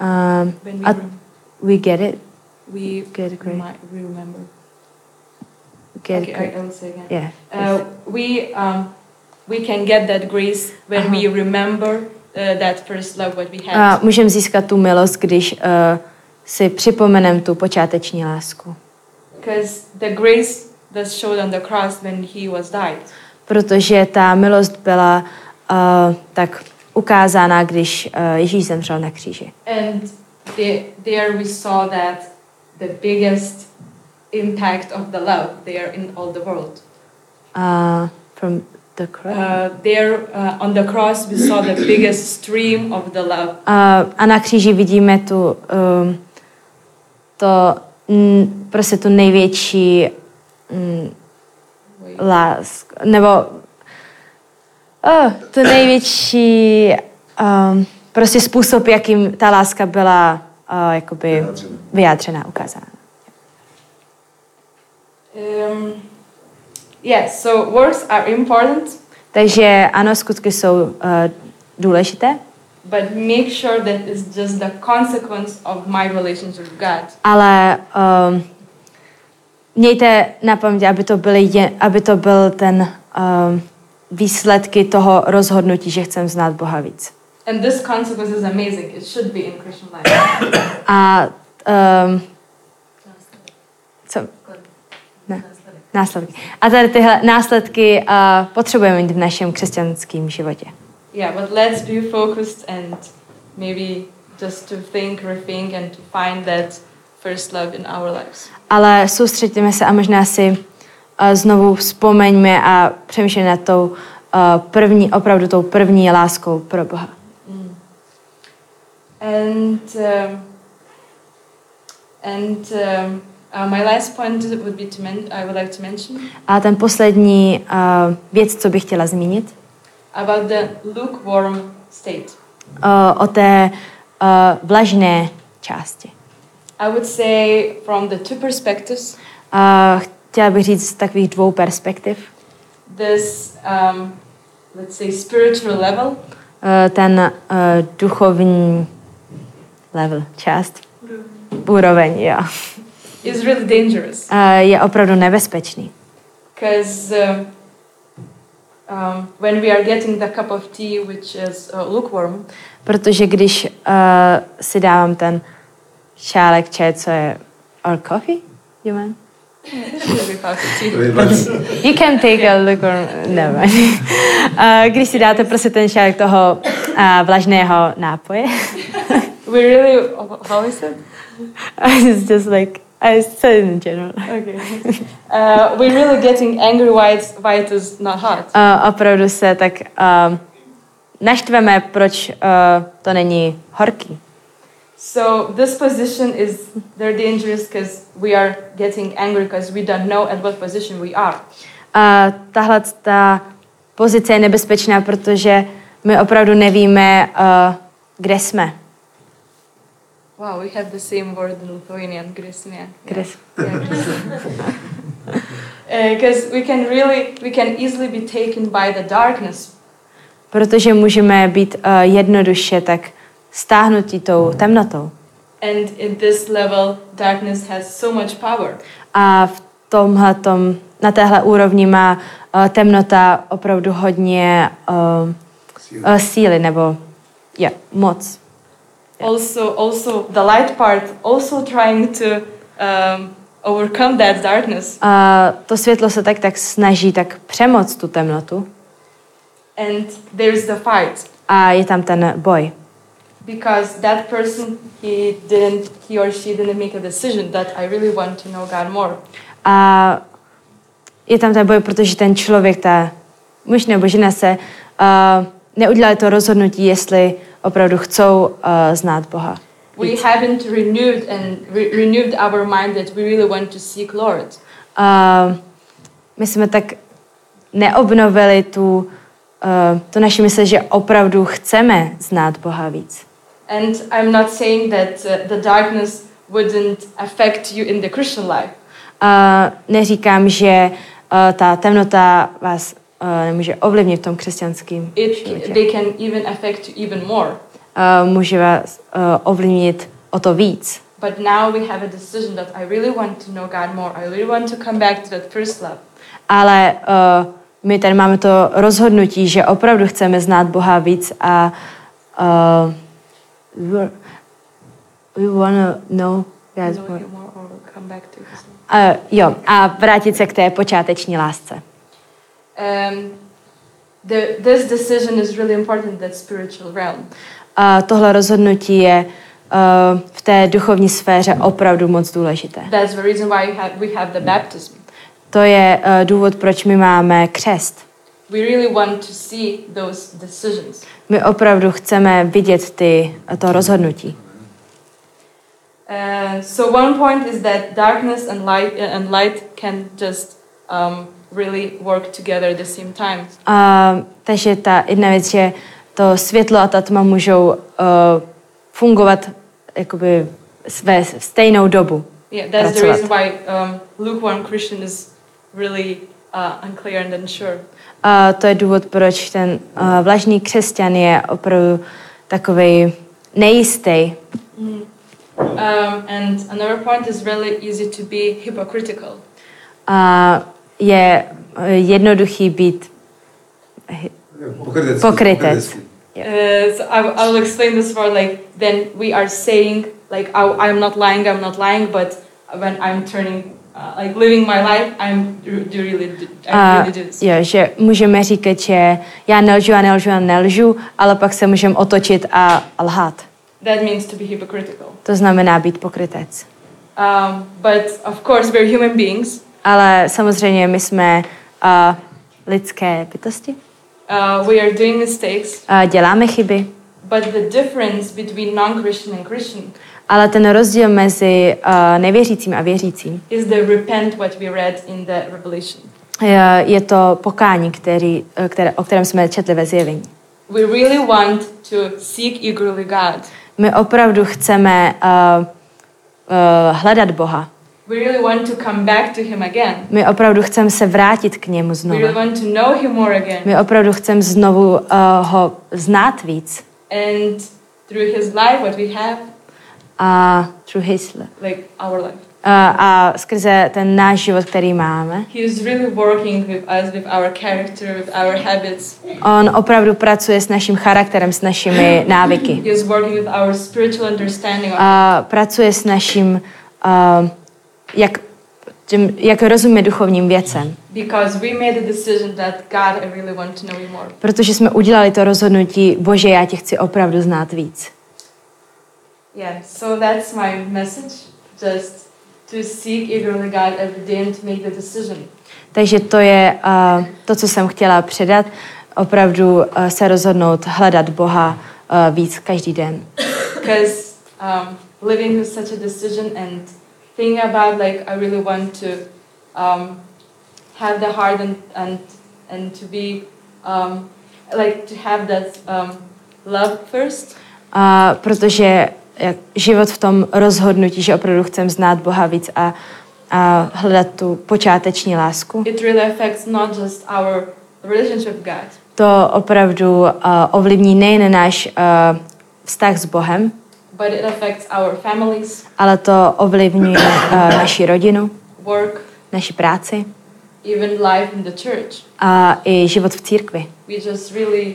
S2: A
S5: when we
S2: A-
S5: rem-
S2: we get it.
S5: we
S2: Get grace.
S5: remi- we remember.
S2: Get
S5: okay,
S2: grace.
S5: I, I will say again.
S2: Yeah.
S5: Uh, we um, we can get that grace when we remember uh, that first love what we had.
S2: A můžeme získat tu milost, když uh, si připomeneme tu počáteční lásku.
S5: Because the grace that's showed on the cross when he was died.
S2: Protože ta milost byla uh, tak ukázána, když uh, Ježíš zemřel na kříži.
S5: And the, there we saw that the biggest impact of the love there in all the world.
S2: Uh, from the cross.
S5: Uh, there uh, on the cross we saw the biggest stream of the love.
S2: A, a na kříži vidíme tu, um, to, mm, prostě tu největší mm, Uh.
S5: Wait.
S2: lásku, nebo oh, tu největší um, prostě způsob, jakým ta láska byla uh, jakoby
S3: Vyjádřena.
S2: vyjádřena, ukázána.
S5: Um, yeah, so works are important,
S2: Takže ano, skutky jsou uh, důležité,
S5: but make sure that it's just the consequence of my relationship with God.
S2: ale um, mějte na paměti, aby to, byly je, aby to byl ten um, výsledky toho rozhodnutí, že chcem znát Boha víc.
S5: And this consequence is amazing. It should be in Christian life.
S2: A um,
S6: Následek.
S2: co? Ne.
S6: Následek.
S2: Následky. A tady tyhle následky uh, potřebujeme mít v našem křesťanském životě.
S5: yeah, but let's be focused and maybe just to think, rethink, and to find that first love in our lives.
S2: Ale soustředíme se a možná si uh, znovu vzpomeňme a přemýšlejme nad tou uh, první, opravdu tou první láskou pro Boha.
S5: Mm. And um, and um, uh, my last point would be to men- I would like to mention
S2: A ten poslední uh, věc, co bych chtěla zmínit,
S5: about the lukewarm state.
S2: uh, o té uh, vlažné části.
S5: I would say from the two perspectives,
S2: Uh, chtěla bych říct z takových dvou perspektiv.
S5: this um, let's say spiritual level
S2: Uh, ten uh, duchovní level, část, úroveň, jo.
S5: is really dangerous.
S2: Uh, je opravdu nebezpečný.
S5: because um, um, when we are getting the cup of tea, which is uh, lukewarm,
S2: Protože když uh, si dávám ten šálek čaje, co je or coffee, you mean?
S5: should be cup of
S3: To
S5: tea.
S3: je vlastně.
S2: You can take a look or... Never. mind. Uh, když si dáte prostě ten šálek toho uh, vlažného nápoje,
S5: we really how is it?
S2: it's just like, I said in general.
S5: Okay. Uh, we're really getting angry why it's, why it is not hot.
S2: Uh, opravdu se tak uh, naštveme, proč uh, to není horký.
S5: So this position is they're dangerous because we are getting angry because we don't know at what position we are.
S2: A tahle ta pozice je nebezpečná, protože my opravdu nevíme, eh, kde jsme.
S5: Wow, we have the same word in Lithuanian, grėsmė.
S2: Kde jsme.
S5: Because Uh, we can really, we can easily be taken by the darkness
S2: Protože můžeme být eh, jednoduše tak stáhnutí tou temnotou.
S5: And in this level, darkness has so much power.
S2: A v tomhle na téhle úrovni má eh, temnota opravdu hodně eh, eh, síly nebo je, moc.
S5: Also, also the light part, also trying to um, overcome that darkness.
S2: A to světlo se tak, tak snaží tak přemoc tu temnotu
S5: And there's the fight.
S2: a je tam ten boj.
S5: because that person he didn't he or she didn't make a decision that I really want to know God more.
S2: A je tam ten boj, protože ten člověk, ta muž nebo žena se uh, neudělali to rozhodnutí, jestli opravdu chcou uh, znát Boha.
S5: We haven't renewed and re- renewed our mind that we really want to seek Lord.
S2: Uh, my jsme tak neobnovili tu, uh, tu naši mysl, že opravdu chceme znát Boha víc.
S5: And I'm not saying that uh, the darkness wouldn't affect you in the Christian life.
S2: Uh, neříkám, že uh, ta temnota vás uh, nemůže ovlivnit v tom křesťanském
S5: It
S2: životě.
S5: they can even affect you even more.
S2: Uh, může vás uh, ovlivnit o to víc.
S5: But now we have a decision that I really want to know God more. I really want to come back to that first love.
S2: Ale uh, my tady máme to rozhodnutí, že opravdu chceme znát Boha víc a uh, we were- we wanna know God's
S5: know
S2: more.
S5: Him more or come back to His love.
S2: Uh, jo, a vrátit se k té počáteční lásce.
S5: um, the, this decision is really important in that spiritual realm.
S2: Uh, tohle rozhodnutí je uh, v té duchovní sféře opravdu moc důležité.
S5: That's the reason why we have, we have the baptism.
S2: To je uh, důvod, proč my máme křest.
S5: We really want to see those decisions.
S2: My opravdu chceme vidět ty, to rozhodnutí.
S5: Uh, so one point is that darkness and light uh, and light can just um, really work together at the same time.
S2: A, takže ta jedna věc, že to světlo a ta tma můžou uh, fungovat jakoby své v stejnou dobu.
S5: Yeah, that's the
S2: That's
S5: reason why um, lukewarm Christian is really uh, unclear and unsure.
S2: A to je důvod, proč ten uh, vlažný křesťan je opravdu takový nejistý.
S5: Um, and another point is really easy to be hypocritical.
S2: A je eh, jednoduchý být
S3: Pokrytecký.
S2: Eh, Pokrytec.
S3: pokrytecký.
S5: Uh, so I, I'll explain this more like then we are saying like I, I'm not lying I'm not lying but when I'm turning uh, like living my life I'm do do really do, I
S2: A
S5: really do this.
S2: jo, že můžeme říkat, že já nelžu a nelžu a nelžu, ale pak se můžeme otočit a lhát.
S5: That means to be hypocritical.
S2: To znamená být pokrytec.
S5: Um, but of course we're human beings.
S2: Ale samozřejmě my jsme uh, lidské bytosti.
S5: Uh, we are doing mistakes.
S2: Uh, děláme chyby,
S5: But the difference between non-Christian and Christian
S2: ale ten rozdíl mezi uh, nevěřícím a věřícím
S5: is the repent what we read in the Revelation.
S2: je, eh, je to pokání, který, eh, které, o kterém jsme četli ve zjevení.
S5: We really want to seek eagerly God.
S2: My opravdu chceme uh, uh, hledat Boha.
S5: We really want to come back to Him again.
S2: My opravdu chceme se vrátit k němu
S5: We
S2: znovu.
S5: really want to know him more again.
S2: My opravdu chceme znovu uh, ho znát víc.
S5: And through his life, what we have,
S2: A, through his, uh,
S5: like our life.
S2: a skrze ten náš život, který máme.
S5: He is really working with us, with our character, with our habits.
S2: On opravdu pracuje s naším charakterem, s našimi návyky.
S5: He is working with our spiritual understanding.
S2: A pracuje s naším, uh, jak, tím, jak rozumíme duchovním věcem.
S5: Because we made a decision that God, I really want to know you more.
S2: Protože jsme udělali to rozhodnutí, bože, já tě chci opravdu znát víc.
S5: Yeah, so that's my message. Just to seek eagerly God every day and to make the decision.
S2: Takže to je uh, to, co jsem chtěla předat. Opravdu uh, se rozhodnout hledat Boha uh, víc každý den.
S5: Because um, living with such a decision and thinking about like I really want to um, have the heart and and and to be um, like to have that um, love first.
S2: A protože jak, život v tom rozhodnutí, že opravdu chcem znát Boha víc a, a hledat tu počáteční lásku,
S5: It really affects not just our relationship with God,
S2: to opravdu uh, ovlivní nejen náš uh, vztah s Bohem,
S5: but it affects our families,
S2: ale to ovlivňuje uh, naši rodinu,
S5: work,
S2: naši práci
S5: even life in the church.
S2: a i život v církvi.
S5: We just really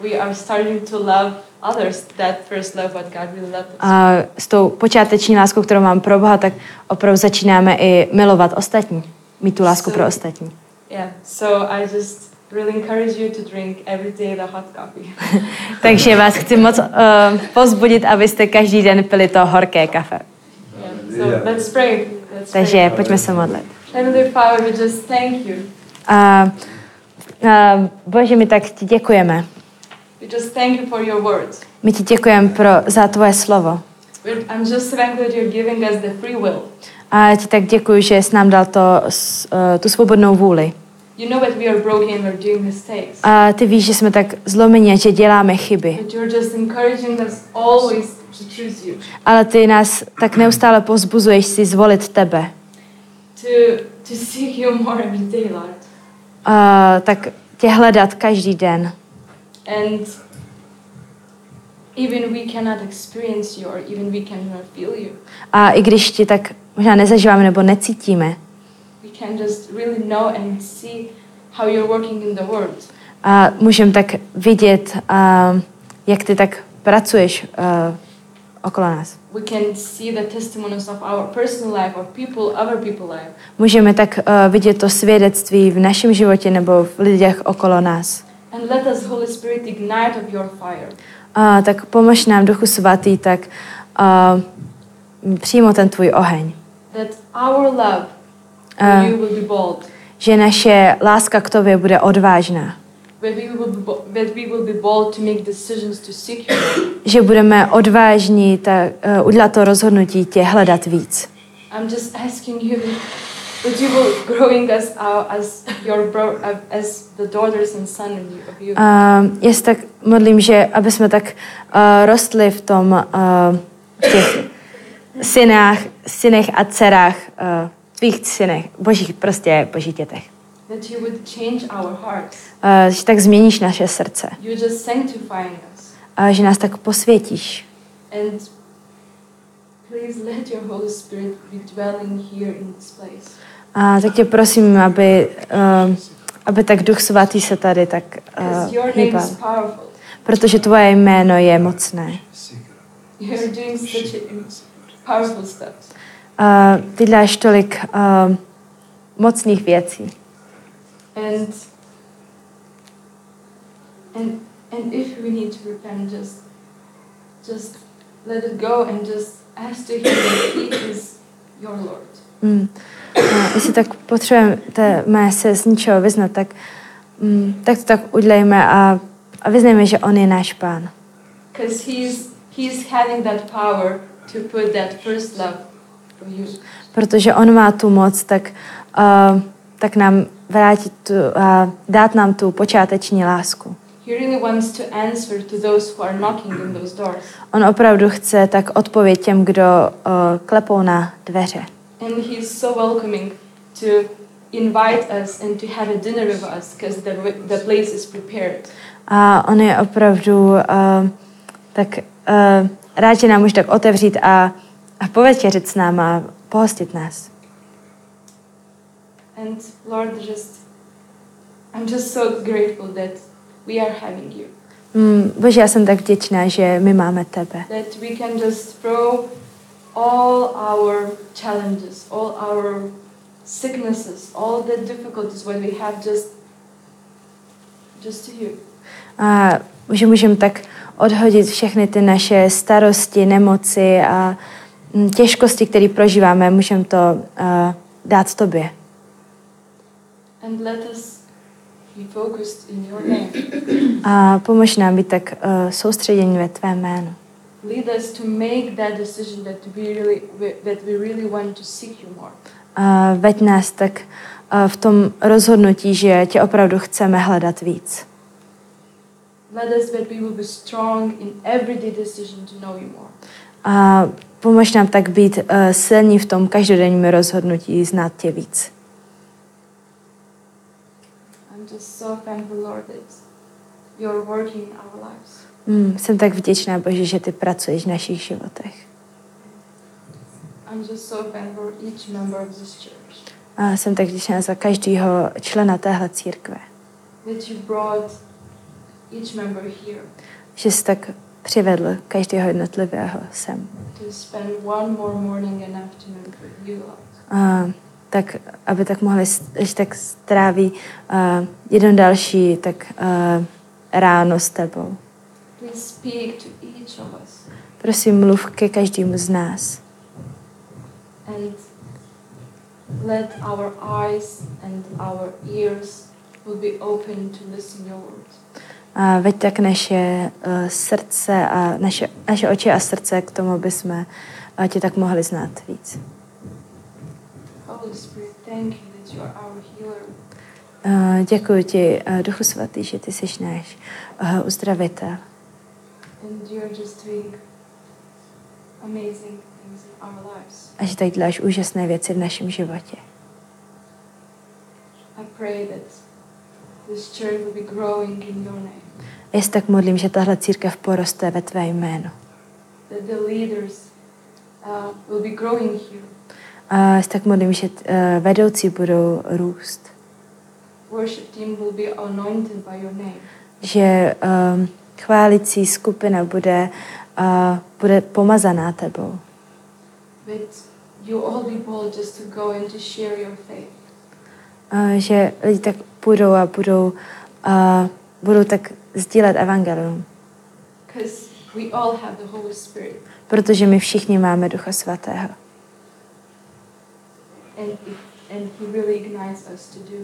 S5: we are starting to love others that first love what God really loved us.
S2: A s tou počáteční láskou, kterou mám pro Boha, tak opravdu začínáme i milovat ostatní, mít tu lásku pro ostatní.
S5: Yeah, so I just really encourage you to drink every day the hot coffee.
S2: Takže vás chci moc uh, pozbudit, abyste každý den pili to horké kafe.
S5: Yeah. So
S3: Hallelujah.
S5: let's pray. Let's
S2: Takže
S5: pray.
S2: pojďme se modlit.
S5: Heavenly Father, we just thank you.
S2: A, a, Bože, my tak ti děkujeme.
S5: We just thank you for your words.
S2: My ti děkujeme pro, za tvoje slovo.
S5: We're, I'm just thankful that you're giving us the free will.
S2: A já ti tak děkuji, že jsi nám dal to, s- eh, tu svobodnou vůli.
S5: You know that we are broken and we're doing mistakes.
S2: A ty víš, že jsme tak zlomeni a že děláme chyby.
S5: But you're just encouraging us always to choose you,
S2: Ale ty nás tak neustále pozbuzuješ si zvolit tebe.
S5: to, to seek you more every day, Lord.
S2: A, tak tě hledat každý den.
S5: And even we cannot experience you or even we cannot feel you,
S2: A i když ti tak možná nezažíváme nebo necítíme,
S5: we can just really know and see how you're working in the world.
S2: a můžeme tak vidět, a, jak ty tak pracuješ a, okolo nás.
S5: We can see the testimonies of our personal life, of people, other people life.
S2: Můžeme tak a, vidět to svědectví v našem životě nebo v lidech okolo nás.
S5: And let us, Holy Spirit, ignite of your fire.
S2: A, tak pomož nám, Duchu Svatý, tak a, přímo ten tvůj oheň.
S5: That our love for
S2: Uh.
S5: you will be bold.
S2: Že naše láska k tobě bude odvážná.
S5: That we will be, bo- that we will be bold to make decisions to seek you.
S2: Že budeme odvážní tak, uh, udělat to rozhodnutí tě hledat víc.
S5: I'm just asking you that, that you will growing us out as your bro- uh, as the daughters and son in you, of you.
S2: A já se tak modlím, že aby jsme tak uh, rostli v tom, uh, v těch synách, synech a dcerách, uh, tvých synech, božích, prostě božích dětech.
S5: That you would change our hearts.
S2: Uh, že tak změníš naše srdce.
S5: You're just sanctifying us.
S2: Uh, že nás tak posvětíš.
S5: And please let your Holy Spirit be dwelling here in this place.
S2: A tak tě prosím, aby, uh, aby tak Duch Svatý se tady tak
S5: Because
S2: uh,
S5: your name
S2: hýbal.
S5: is powerful.
S2: Protože tvoje jméno je mocné.
S5: You're doing such a powerful stuff.
S2: Uh, ty děláš tolik uh, mocných věcí.
S5: And and and if we need to repent, just just let it go and just ask to him that he is your Lord.
S2: Mm. A jestli tak potřebujeme se z ničeho vyznat, tak, mm, tak to tak udělejme a, a vyznejme, že On je náš Pán.
S5: Because he's he's having that power to put that first love for you.
S2: Protože On má tu moc, tak, uh, tak nám vrátit tu, uh, dát nám tu počáteční lásku.
S5: He really wants to answer to those who are knocking in those doors.
S2: On opravdu chce tak odpověď těm, kdo uh, klepou na dveře.
S5: And he's so welcoming to invite us and to have a dinner with us because the, the place is prepared.
S2: A on je opravdu uh, tak uh, rád, že nám může tak otevřít a, a povečeřit s náma a pohostit nás.
S5: And Lord, just I'm just so grateful that we are having you.
S2: Mm, Bože, já jsem tak vděčná, že my máme tebe.
S5: That we can just throw all our challenges, all our sicknesses, all the difficulties what we have just just to you.
S2: A že můžeme tak odhodit všechny ty naše starosti, nemoci a mm, těžkosti, které prožíváme, můžeme to uh, dát tobě.
S5: And let us be focused in your name.
S2: A pomož nám být tak uh, soustředění ve tvé jménu.
S5: Lead us to make that decision that we really that we really want to seek you more.
S2: A veď nás tak eh, v tom rozhodnutí, že tě opravdu chceme hledat víc.
S5: Let us that we will be strong in everyday decision to know you more.
S2: A pomož nám tak být eh, silní v tom každodenním rozhodnutí znát tě víc.
S5: I'm just so thankful, Lord, that you're working in our lives.
S2: Mm, jsem tak vděčná, Bože, že ty pracuješ v našich životech.
S5: I'm just so thankful for each member of this church
S2: A jsem tak vděčná za každého člena téhle církve,
S5: that you brought each member here
S2: že jsi tak přivedl každého jednotlivého sem.
S5: to spend one more morning and afternoon with you, Lord.
S2: A tak aby tak mohli, s- když tak stráví uh, jeden další tak uh, ráno s tebou.
S5: Please speak to each of us
S2: Prosím, mluv ke každému z nás.
S5: and let our eyes and our ears will be open to listen your words.
S2: A veď tak naše uh, srdce a naše, naše oči a srdce k tomu, aby jsme uh, tě tak mohli znát víc.
S5: Holy Spirit, thank you that you are our healer.
S2: Uh, děkuji ti, uh, Duchu Svatý, že ty jsi náš uh, uzdravitel.
S5: And you're just doing amazing things in our lives.
S2: a že tak děláš úžasné věci v našem životě.
S5: I pray that this church will be growing in your name,
S2: Já se tak modlím, že tahle církev poroste ve tvé jméno.
S5: that the leaders uh, will be growing here,
S2: A já se tak modlím, že eh, vedoucí budou růst.
S5: worship team will be anointed by your name,
S2: Že um, chválící skupina bude, uh, bude pomazaná tebou.
S5: that you all be bold just to go and to share your faith.
S2: A že lidi tak půjdou a budou, uh, budou tak sdílet evangelium.
S5: Because we all have the Holy Spirit,
S2: Protože my všichni máme Ducha Svatého.
S5: and, it, and He really ignites us to do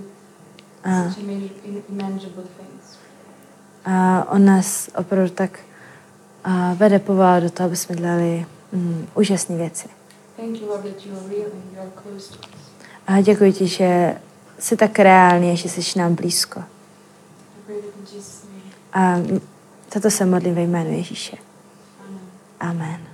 S2: Ah.
S5: such immeasur- immeasurable things.
S2: A on nás opravdu tak uh, vede povolá do toho, aby jsme dělali um, úžasné věci.
S5: Thank you, Lord, that you are real and you are close to us.
S2: A děkuji ti, že jsi tak reálný a že jsi nám blízko.
S5: I pray that in Jesus' name.
S2: A za to se modlím ve jménu Ježíše.
S5: Amen.
S2: Amen.